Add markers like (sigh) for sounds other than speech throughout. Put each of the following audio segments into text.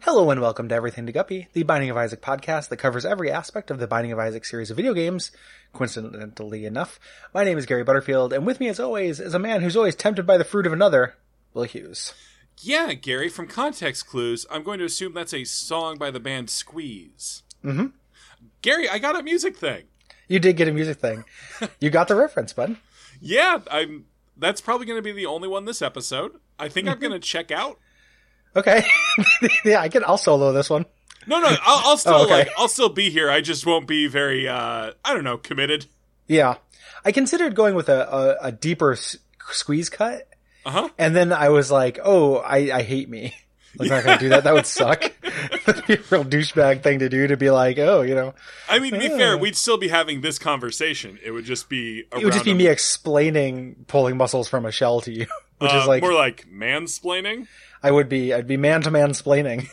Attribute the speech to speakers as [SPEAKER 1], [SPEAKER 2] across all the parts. [SPEAKER 1] Hello and welcome to Everything to Guppy, the Binding of Isaac podcast that covers every aspect of the Binding of Isaac series of video games, coincidentally enough. My name is Gary Butterfield, and with me as always is a man who's always tempted by the fruit of another, Will Hughes.
[SPEAKER 2] Yeah, Gary, from context clues, I'm going to assume that's a song by the band Squeeze.
[SPEAKER 1] Mhm.
[SPEAKER 2] Gary, I got a music thing.
[SPEAKER 1] You did get a music thing. You got the reference, bud.
[SPEAKER 2] Yeah, I'm that's probably going to be the only one this episode. I think
[SPEAKER 1] Mm-hmm.
[SPEAKER 2] I'm going to check out.
[SPEAKER 1] Okay. (laughs) yeah, I can, I'll solo this one.
[SPEAKER 2] No, no, I'll, I'll
[SPEAKER 1] (laughs)
[SPEAKER 2] still
[SPEAKER 1] Oh, okay.
[SPEAKER 2] like I'll still be here. I just won't be very uh I don't know, committed.
[SPEAKER 1] Yeah. I considered going with a, a, a deeper s- squeeze cut,
[SPEAKER 2] Uh-huh.
[SPEAKER 1] and then I was like, oh, I, I hate me. I'm not going to do that. That would suck. (laughs) That'd be a real douchebag thing to do to be like, oh, you know.
[SPEAKER 2] I mean, to be fair,
[SPEAKER 1] Yeah.
[SPEAKER 2] we'd still be having this conversation. It would just be around
[SPEAKER 1] Ah. it would just be
[SPEAKER 2] a-
[SPEAKER 1] me explaining pulling muscles from a shell to you, (laughs) which
[SPEAKER 2] uh,
[SPEAKER 1] is like
[SPEAKER 2] more like mansplaining.
[SPEAKER 1] I would be. I'd be man to man (laughs)
[SPEAKER 2] (laughs)
[SPEAKER 1] splaining.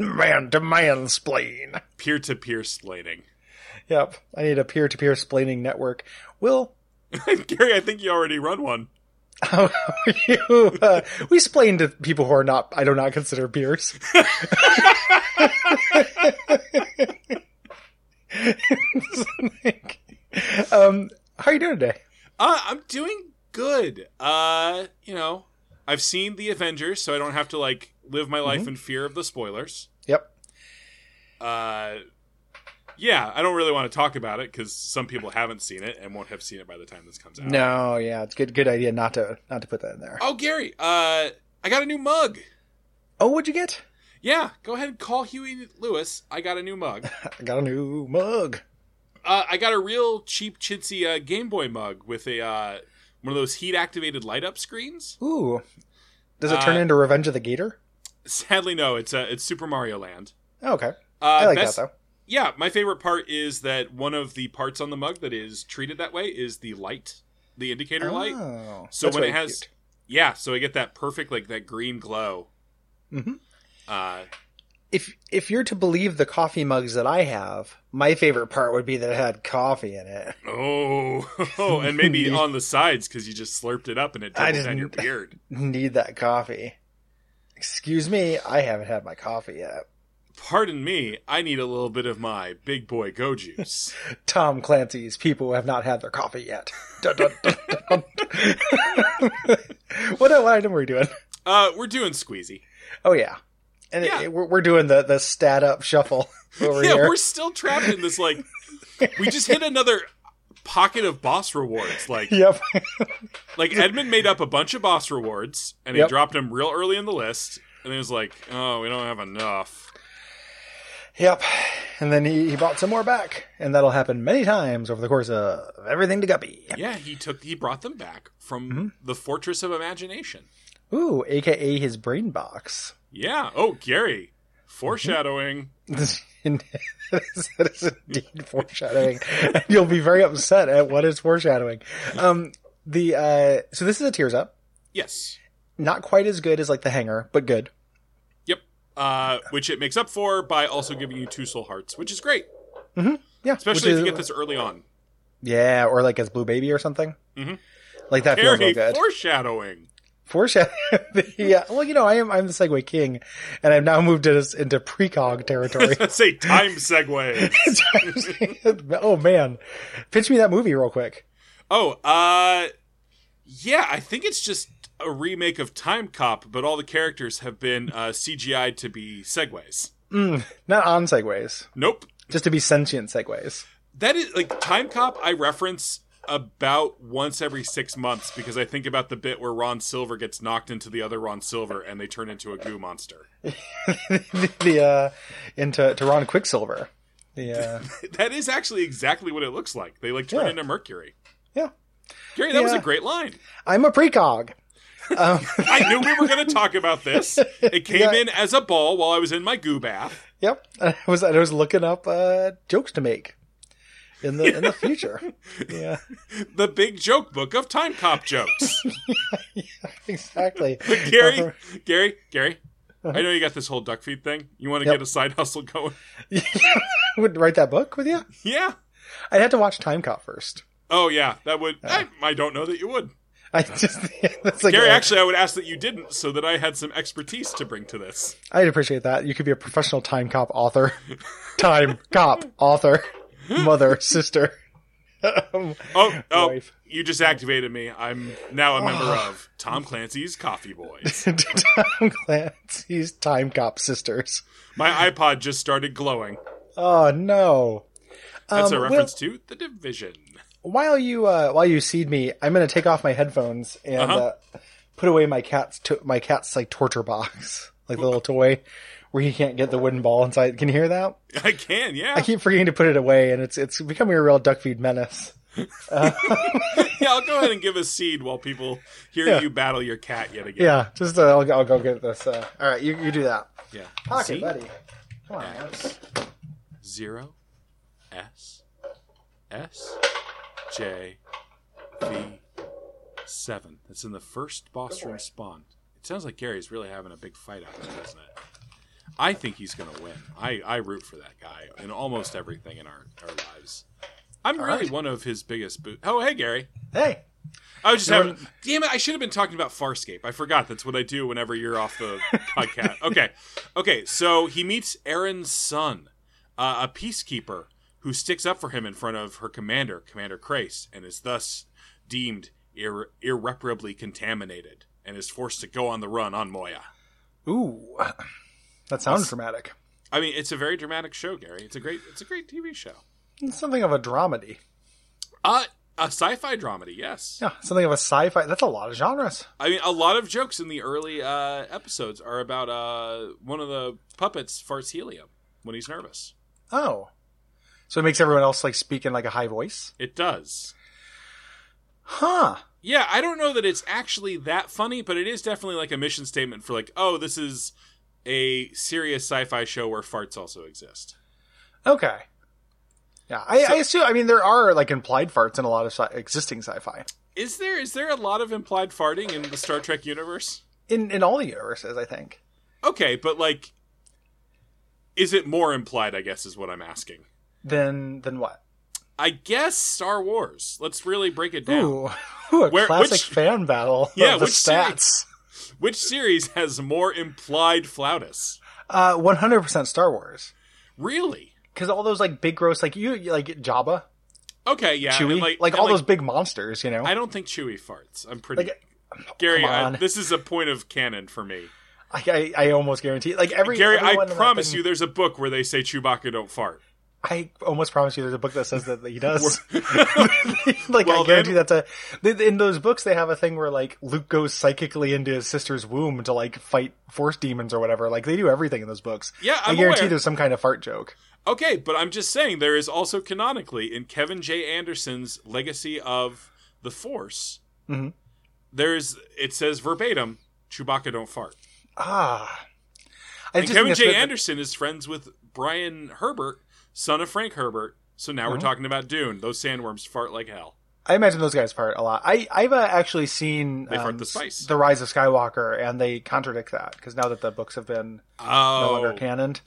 [SPEAKER 1] man to man splain.
[SPEAKER 2] peer-to-peer splaining.
[SPEAKER 1] Yep. I need a peer to peer splaining network. Will,
[SPEAKER 2] (laughs)
[SPEAKER 1] (laughs)
[SPEAKER 2] Gary, I think you already run one.
[SPEAKER 1] how are you? Uh, we splain to people who are not. I do not consider peers. (laughs) um, how are you doing today?
[SPEAKER 2] Uh, I'm doing good. Uh, you know, I've seen the Avengers, so I don't have to like live my
[SPEAKER 1] Mm-hmm.
[SPEAKER 2] life in fear of the spoilers.
[SPEAKER 1] Yep.
[SPEAKER 2] Uh, yeah, I don't really want to talk about it because some people haven't seen it and won't have seen it by the time this comes out.
[SPEAKER 1] No, yeah, it's good. Good idea not to not to put that in there.
[SPEAKER 2] Oh, Gary, uh, I got a new mug.
[SPEAKER 1] Oh, what'd you get?
[SPEAKER 2] Yeah, go ahead and call Huey Lewis. I got a
[SPEAKER 1] (laughs)
[SPEAKER 2] new mug.
[SPEAKER 1] I got a new mug.
[SPEAKER 2] Uh, I got a real cheap, chintzy uh, Game Boy mug with a uh, one of those heat-activated light-up screens.
[SPEAKER 1] Ooh. Does it turn
[SPEAKER 2] Uh,
[SPEAKER 1] into Revenge of the Gator?
[SPEAKER 2] Sadly, no. It's uh, it's Super Mario Land.
[SPEAKER 1] Oh, okay.
[SPEAKER 2] Uh,
[SPEAKER 1] I like
[SPEAKER 2] best,
[SPEAKER 1] that
[SPEAKER 2] yeah, my favorite part is that one of the parts on the mug that is treated that way is the light, the indicator
[SPEAKER 1] though.
[SPEAKER 2] light.
[SPEAKER 1] Oh,
[SPEAKER 2] So
[SPEAKER 1] that's
[SPEAKER 2] when it
[SPEAKER 1] really
[SPEAKER 2] has-
[SPEAKER 1] cute.
[SPEAKER 2] Yeah, so I get that perfect like that green glow.
[SPEAKER 1] Mhm.
[SPEAKER 2] Uh,
[SPEAKER 1] If if you're to believe the coffee mugs that I have, my favorite part would be that it had coffee in it. (laughs)
[SPEAKER 2] oh, oh, (laughs) and maybe on the sides because you just slurped it up and it
[SPEAKER 1] I
[SPEAKER 2] dribbled down your
[SPEAKER 1] didn't-
[SPEAKER 2] beard.
[SPEAKER 1] Need that coffee. Excuse me, I haven't had my coffee yet.
[SPEAKER 2] Pardon me, I need a little bit of my big boy go juice.
[SPEAKER 1] Tom Clancy's people who have not had their coffee yet. (laughs) Dun, dun, dun, dun, dun. (laughs) what, what item were we doing?
[SPEAKER 2] uh, we're doing squeezy.
[SPEAKER 1] Oh yeah, and it-
[SPEAKER 2] Yeah.
[SPEAKER 1] we're, we're doing the the stat up
[SPEAKER 2] (laughs)
[SPEAKER 1] shuffle over
[SPEAKER 2] yeah,
[SPEAKER 1] here. (laughs)
[SPEAKER 2] we're still trapped in this like we just hit another pocket of boss rewards. Like
[SPEAKER 1] Yep. (laughs)
[SPEAKER 2] like Edmund made up a bunch of boss rewards and he
[SPEAKER 1] Yep.
[SPEAKER 2] dropped them real early in the list and he was like, "Oh, we don't have enough."
[SPEAKER 1] Yep. And then he, he bought some more back, and that'll happen many times over the course of everything to Guppy.
[SPEAKER 2] Yeah, he took he brought them back from
[SPEAKER 1] Mhm.
[SPEAKER 2] the Fortress of Imagination.
[SPEAKER 1] Ooh, aka his brain box. (laughs)
[SPEAKER 2] Yeah. Oh, Gary, foreshadowing.
[SPEAKER 1] Mm-hmm. that is that is indeed foreshadowing. And You'll be very upset at what is foreshadowing. Um, the uh, so this is a tears up.
[SPEAKER 2] Yes.
[SPEAKER 1] Not quite as good as like the hanger, but good.
[SPEAKER 2] Yep. Uh, which it makes up for by also giving you two soul hearts, which is great,
[SPEAKER 1] Yeah,
[SPEAKER 2] especially
[SPEAKER 1] which
[SPEAKER 2] if you
[SPEAKER 1] is-
[SPEAKER 2] get this early on.
[SPEAKER 1] Yeah, or like as blue baby or something.
[SPEAKER 2] Mhm.
[SPEAKER 1] Like that feels
[SPEAKER 2] Gary,
[SPEAKER 1] real good.
[SPEAKER 2] foreshadowing. (laughs)
[SPEAKER 1] (laughs) Foreshadow. yeah. uh, Well, you know, I am. I'm the Segway King, and I've now moved us into precog
[SPEAKER 2] (laughs)
[SPEAKER 1] territory. (laughs)
[SPEAKER 2] Let's say time segue.
[SPEAKER 1] oh man, pitch me that movie real quick.
[SPEAKER 2] Oh, uh yeah, I think it's just a remake of Time Cop, but all the characters have been uh CGI'd to be segways.
[SPEAKER 1] Mm, not on segways,
[SPEAKER 2] Nope.
[SPEAKER 1] just to be sentient segways. (laughs)
[SPEAKER 2] That is like Time Cop I reference about once every 6 months because I think about the bit where Ron Silver gets knocked into the other Ron Silver and they turn into a goo monster. (laughs)
[SPEAKER 1] the, the uh, into to Ron Quicksilver. The uh,
[SPEAKER 2] That is actually exactly what it looks like. They like turn
[SPEAKER 1] Yeah.
[SPEAKER 2] into mercury.
[SPEAKER 1] Yeah.
[SPEAKER 2] Gary, that was a
[SPEAKER 1] Yeah.
[SPEAKER 2] great line.
[SPEAKER 1] I'm a precog. Um, (laughs)
[SPEAKER 2] I knew we were going to talk about this. It came
[SPEAKER 1] Yeah.
[SPEAKER 2] in as a ball while I was in my goo bath.
[SPEAKER 1] yep, (laughs) I was I was looking up uh, jokes to make in the in the future. Yeah,
[SPEAKER 2] the big joke book of time cop
[SPEAKER 1] (laughs)
[SPEAKER 2] jokes.
[SPEAKER 1] exactly.
[SPEAKER 2] Gary, Gary, Gary.
[SPEAKER 1] Uh-huh.
[SPEAKER 2] I know you got this whole duck feed thing. You want to
[SPEAKER 1] Yep.
[SPEAKER 2] get a side hustle going? (laughs)
[SPEAKER 1] would write that book with you.
[SPEAKER 2] Yeah.
[SPEAKER 1] I'd have to watch Time Cop first. Uh-huh.
[SPEAKER 2] Oh yeah, that would. I, I don't know that you would.
[SPEAKER 1] (laughs) I just that's like
[SPEAKER 2] Gary,
[SPEAKER 1] a-
[SPEAKER 2] actually, I would ask that you didn't so that I had some expertise to bring to this.
[SPEAKER 1] I'd appreciate that. You could be a professional time cop author, (laughs) time cop
[SPEAKER 2] (laughs)
[SPEAKER 1] author, mother, sister, (laughs) um, (laughs)
[SPEAKER 2] Oh, oh
[SPEAKER 1] wife. Oh.
[SPEAKER 2] you just activated me. I'm now a member of Tom Clancy's Coffee Boys.
[SPEAKER 1] Tom Clancy's time cop sisters.
[SPEAKER 2] My iPod just started glowing.
[SPEAKER 1] Oh no!
[SPEAKER 2] That's
[SPEAKER 1] Um,
[SPEAKER 2] a
[SPEAKER 1] Will-
[SPEAKER 2] reference to The Division. (laughs)
[SPEAKER 1] while you uh, while you seed me, I'm gonna take off my headphones and uh
[SPEAKER 2] Uh-huh.
[SPEAKER 1] put away my cat's to- my cat's like torture box, (laughs) like the little toy where he can't get the wooden ball inside. Can you hear that?
[SPEAKER 2] I can, yeah.
[SPEAKER 1] I keep forgetting to put it away, and it's it's becoming a real duck feed menace.
[SPEAKER 2] Yeah, I'll go ahead and give a seed while people hear
[SPEAKER 1] Yeah.
[SPEAKER 2] you battle your cat yet again.
[SPEAKER 1] Yeah, just uh, I'll, I'll go get this. Uh, all right, you you do that.
[SPEAKER 2] Yeah.
[SPEAKER 1] Pocket,
[SPEAKER 2] Z,
[SPEAKER 1] buddy. Come on. man.
[SPEAKER 2] S, zero, S, S, J, V, seven. That's in the first boss room spawn. It sounds like Gary's really having a big fight out there, doesn't it? I think he's going to win. I, I root for that guy in almost everything in our, our lives. I'm really
[SPEAKER 1] right.
[SPEAKER 2] one of his biggest boot. Oh, hey, Gary.
[SPEAKER 1] Hey.
[SPEAKER 2] I was just
[SPEAKER 1] No,
[SPEAKER 2] having. Damn it! I should have been talking about Farscape. I forgot. That's what I do whenever you're off the (laughs) podcast. Okay, okay. So he meets Aaron's son, uh, a peacekeeper who sticks up for him in front of her commander, Commander Krace, and is thus deemed ir- irreparably contaminated and is forced to go on the run on Moya.
[SPEAKER 1] Ooh, that sounds dramatic.
[SPEAKER 2] I mean, it's a very dramatic show, Gary. It's a great. It's a great TV show.
[SPEAKER 1] It's something of a dramedy.
[SPEAKER 2] Uh, a sci-fi dramedy. Yes.
[SPEAKER 1] Yeah, something of a sci-fi. That's a lot of genres.
[SPEAKER 2] I mean, a lot of jokes in the early uh, episodes are about uh, one of the puppets farts helium when he's nervous.
[SPEAKER 1] Oh, so it makes everyone else like speak in like a high voice.
[SPEAKER 2] It does.
[SPEAKER 1] Huh.
[SPEAKER 2] Yeah, I don't know that it's actually that funny, but it is definitely like a mission statement for like, oh, this is a serious sci-fi show where farts also exist.
[SPEAKER 1] Okay. Yeah, I,
[SPEAKER 2] So-
[SPEAKER 1] I assume. I mean, there are like implied farts in a lot of sci- existing sci-fi
[SPEAKER 2] Is there is there a lot of implied farting in the Star Trek universe?
[SPEAKER 1] in in all the universes. I think.
[SPEAKER 2] Okay, but like is it more implied, I guess is what I'm asking.
[SPEAKER 1] Then then what?
[SPEAKER 2] I guess Star Wars. Let's really break it down.
[SPEAKER 1] Ooh, (laughs) ooh a
[SPEAKER 2] Where-
[SPEAKER 1] classic
[SPEAKER 2] which-
[SPEAKER 1] fan battle.
[SPEAKER 2] Yeah,
[SPEAKER 1] of the
[SPEAKER 2] which
[SPEAKER 1] stats.
[SPEAKER 2] Which series has more implied flautus?
[SPEAKER 1] Uh, one hundred percent Star Wars.
[SPEAKER 2] Really?
[SPEAKER 1] Because all those like big gross like you like Jabba,
[SPEAKER 2] Okay, yeah. and
[SPEAKER 1] Chewie, like,
[SPEAKER 2] like, and
[SPEAKER 1] all those big monsters. You know.
[SPEAKER 2] I don't think Chewie farts. I'm pretty.
[SPEAKER 1] Like,
[SPEAKER 2] Gary,
[SPEAKER 1] come
[SPEAKER 2] I,
[SPEAKER 1] on.
[SPEAKER 2] this is a point of canon for me.
[SPEAKER 1] I, I, I almost guarantee like every
[SPEAKER 2] Gary, I
[SPEAKER 1] everyone in that
[SPEAKER 2] promise
[SPEAKER 1] thing-
[SPEAKER 2] you, there's a book where they say Chewbacca don't fart.
[SPEAKER 1] I almost promise you there's a book that says that he does. (laughs) like
[SPEAKER 2] Well, (laughs)
[SPEAKER 1] I guarantee
[SPEAKER 2] then-
[SPEAKER 1] that's a th- in those books they have a thing where like Luke goes psychically into his sister's womb to like fight force demons or whatever. Like they do everything in those books.
[SPEAKER 2] Yeah,
[SPEAKER 1] I
[SPEAKER 2] I'm
[SPEAKER 1] guarantee
[SPEAKER 2] aware.
[SPEAKER 1] there's some kind of fart joke.
[SPEAKER 2] Okay, but I'm just saying there is also canonically in Kevin J. Anderson's Legacy of the Force.
[SPEAKER 1] Mhm.
[SPEAKER 2] There's it says verbatim Chewbacca don't fart.
[SPEAKER 1] Ah, I
[SPEAKER 2] And
[SPEAKER 1] just
[SPEAKER 2] Kevin
[SPEAKER 1] think
[SPEAKER 2] J.
[SPEAKER 1] that's-
[SPEAKER 2] Anderson is friends with Brian Herbert, son of Frank Herbert. So
[SPEAKER 1] Oh.
[SPEAKER 2] now we're talking about Dune. Those sandworms fart like hell.
[SPEAKER 1] I imagine those guys fart a lot. I I've uh, actually seen
[SPEAKER 2] They fart the
[SPEAKER 1] s-
[SPEAKER 2] spice.
[SPEAKER 1] the Rise of Skywalker, and they contradict that because now that the books have been no
[SPEAKER 2] Oh,
[SPEAKER 1] longer canoned.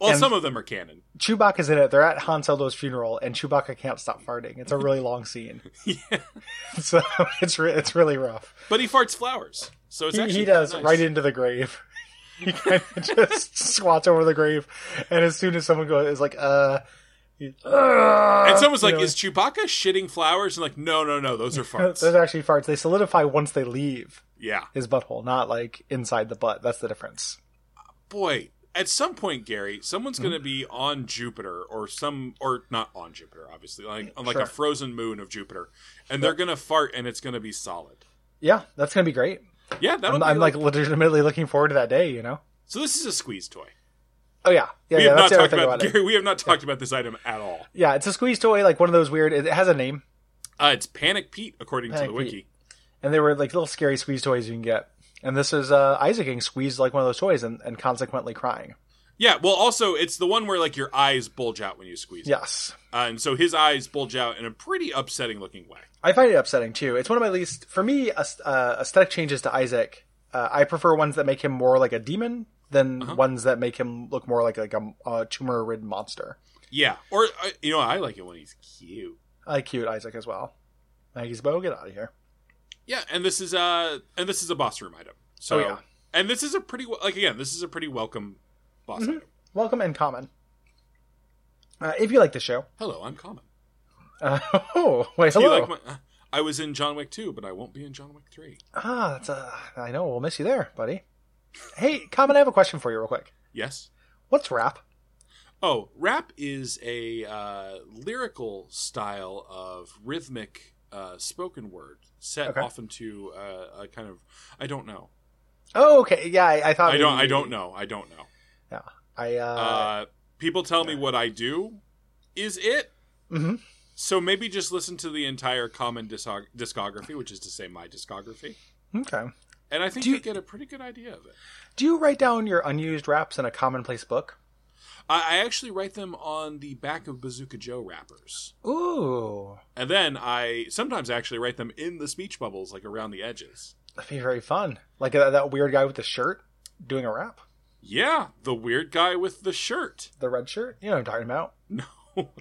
[SPEAKER 2] well,
[SPEAKER 1] And-
[SPEAKER 2] some of them are canon.
[SPEAKER 1] Chewbacca's in it. They're at Han Solo's funeral, and Chewbacca can't stop farting. It's a really long scene,
[SPEAKER 2] (laughs) yeah.
[SPEAKER 1] (laughs) so it's re- it's really rough.
[SPEAKER 2] But he farts flowers, so it's
[SPEAKER 1] He,
[SPEAKER 2] actually
[SPEAKER 1] he does
[SPEAKER 2] nice.
[SPEAKER 1] right into the grave. (laughs) He kind of (laughs) just squats over the grave, and as soon as someone goes, is like, uh, he-
[SPEAKER 2] And someone's
[SPEAKER 1] you
[SPEAKER 2] like,
[SPEAKER 1] know,
[SPEAKER 2] "Is Chewbacca shitting flowers?" And like, "No, no,
[SPEAKER 1] (laughs)
[SPEAKER 2] no, those are
[SPEAKER 1] those
[SPEAKER 2] farts."
[SPEAKER 1] actually farts. They solidify once they leave
[SPEAKER 2] yeah,
[SPEAKER 1] his butthole, not like inside the butt. That's the difference.
[SPEAKER 2] boy. At some point, Gary, someone's going to be on Jupiter or some, or not on Jupiter, obviously, like on like
[SPEAKER 1] Sure.
[SPEAKER 2] a frozen moon of Jupiter, and they're going to fart, and it's going to be solid.
[SPEAKER 1] Yeah, that's gonna be great.
[SPEAKER 2] Yeah, that'll
[SPEAKER 1] I'm,
[SPEAKER 2] be
[SPEAKER 1] I'm like legitimately looking forward to that day. You know?
[SPEAKER 2] So this is a squeeze toy.
[SPEAKER 1] Oh yeah, yeah,
[SPEAKER 2] we
[SPEAKER 1] yeah. That's
[SPEAKER 2] have not
[SPEAKER 1] the other
[SPEAKER 2] talked
[SPEAKER 1] thing
[SPEAKER 2] about,
[SPEAKER 1] about it.
[SPEAKER 2] Gary. We have not talked about this item at all.
[SPEAKER 1] Yeah, it's a squeeze toy, like one of those weird. It has a name.
[SPEAKER 2] Uh, it's Panic Pete, according
[SPEAKER 1] Panic
[SPEAKER 2] to the wiki.
[SPEAKER 1] Pete. and they were like little scary squeeze toys you can get. And this is uh, Isaac getting squeezed like one of those toys and, and consequently crying.
[SPEAKER 2] Yeah. Well, also it's the one where like your eyes bulge out when you squeeze. it.
[SPEAKER 1] Yes.
[SPEAKER 2] Uh, and so his eyes bulge out in a pretty upsetting looking way.
[SPEAKER 1] I find it upsetting too. It's one of my least, for me, aes- uh, aesthetic changes to Isaac. Uh, I prefer ones that make him more like a demon than
[SPEAKER 2] Uh-huh.
[SPEAKER 1] ones that make him look more like like a, uh tumor ridden monster.
[SPEAKER 2] Yeah. Or uh, you know, I like it when he's cute.
[SPEAKER 1] I like cute Isaac as well. Maggie's bow, get out of here.
[SPEAKER 2] Yeah, and this is uh and this is a boss room item. So
[SPEAKER 1] Oh, yeah.
[SPEAKER 2] and this is a pretty wel- like again, this is a pretty welcome boss item.
[SPEAKER 1] Welcome and common. Uh, if you like the show,
[SPEAKER 2] Hello, I'm Common.
[SPEAKER 1] uh, (laughs) oh wait,
[SPEAKER 2] Do you
[SPEAKER 1] hello.
[SPEAKER 2] like my uh, I was in John Wick 2, but I won't be in John Wick 3.
[SPEAKER 1] ah, that's uh, I know we'll miss you there, buddy. Hey, common, I have a question for you, real quick.
[SPEAKER 2] Yes.
[SPEAKER 1] What's rap?
[SPEAKER 2] Oh, rap is a uh, lyrical style of rhythmic uh, spoken word set
[SPEAKER 1] Okay.
[SPEAKER 2] often to uh, a kind of I don't know.
[SPEAKER 1] Oh, okay, yeah, I, I thought
[SPEAKER 2] I don't
[SPEAKER 1] we-
[SPEAKER 2] I don't know. I don't know.
[SPEAKER 1] I uh,
[SPEAKER 2] Uh, people tell me what I do is it
[SPEAKER 1] mhm.
[SPEAKER 2] So maybe just listen to the entire common discog- discography, which is to say my discography,
[SPEAKER 1] okay.
[SPEAKER 2] and I think
[SPEAKER 1] Do you-
[SPEAKER 2] you get a pretty good idea of it.
[SPEAKER 1] Do you write down your unused raps in a commonplace book?
[SPEAKER 2] I, I actually write them on the back of Bazooka Joe wrappers,
[SPEAKER 1] Ooh,
[SPEAKER 2] and then I sometimes actually write them in the speech bubbles, like around the edges.
[SPEAKER 1] that'd be very fun. Like uh, that weird guy with the shirt doing a rap,
[SPEAKER 2] Yeah, the weird guy with the shirt. (laughs)
[SPEAKER 1] the red shirt. You know what I'm talking about?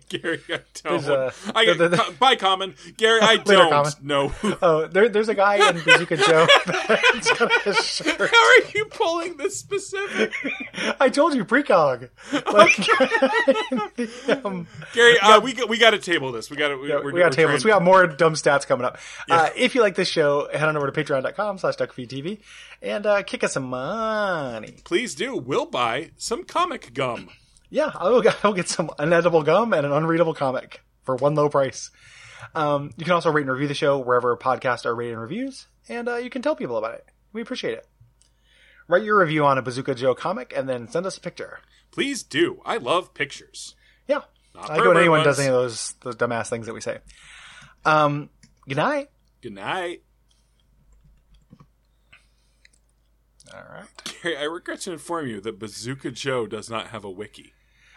[SPEAKER 2] Gary, I
[SPEAKER 1] There's
[SPEAKER 2] don't.
[SPEAKER 1] a-
[SPEAKER 2] I
[SPEAKER 1] the- the-
[SPEAKER 2] co- bye, common.
[SPEAKER 1] (laughs)
[SPEAKER 2] Gary, I
[SPEAKER 1] Later,
[SPEAKER 2] don't
[SPEAKER 1] Common. (laughs)
[SPEAKER 2] know. who-
[SPEAKER 1] Oh, there, there's a guy in Bazooka Joe. that's got a shirt.
[SPEAKER 2] (laughs) How are you pulling this specific,
[SPEAKER 1] I told you precog. Like, (laughs) the, um,
[SPEAKER 2] Gary? Uh, we got, we got to table this. We got to
[SPEAKER 1] yeah, we got tables. We got more dumb stats coming up. Uh, if you like this show, head on over to patreon.com slash duckfeedtv and uh, kick us some money.
[SPEAKER 2] please do. We'll buy some comic gum.
[SPEAKER 1] Yeah, I will, I will get some unedible gum and an unreadable comic for one low price. Um, you can also rate and review the show wherever podcasts are rated and reviews, and uh, you can tell people about it. We appreciate it. Write your review on a Bazooka Joe comic and then send us a picture.
[SPEAKER 2] Please do. I love pictures.
[SPEAKER 1] Yeah,
[SPEAKER 2] Not
[SPEAKER 1] I like when
[SPEAKER 2] pervert
[SPEAKER 1] anyone does
[SPEAKER 2] ones.
[SPEAKER 1] any of those those dumbass things that we say. Um, good night.
[SPEAKER 2] Good night.
[SPEAKER 1] All right.
[SPEAKER 2] Gary, I regret to inform you that Bazooka Joe does not have a wiki.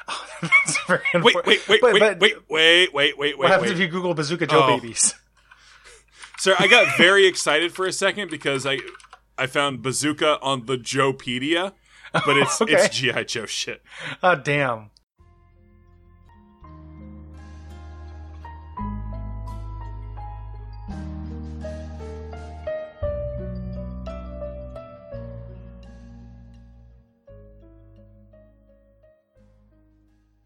[SPEAKER 1] (laughs) That's very
[SPEAKER 2] Wait,
[SPEAKER 1] unfor-
[SPEAKER 2] wait, wait,
[SPEAKER 1] But-
[SPEAKER 2] wait,
[SPEAKER 1] but
[SPEAKER 2] wait, wait, wait, wait,
[SPEAKER 1] What
[SPEAKER 2] wait,
[SPEAKER 1] happens
[SPEAKER 2] wait.
[SPEAKER 1] if you Google Bazooka Joe
[SPEAKER 2] Oh.
[SPEAKER 1] babies? (laughs)
[SPEAKER 2] Sir, I got very excited for a second because I I found Bazooka on the Joepedia, but it's
[SPEAKER 1] Okay.
[SPEAKER 2] it's GI Joe shit.
[SPEAKER 1] Oh, damn.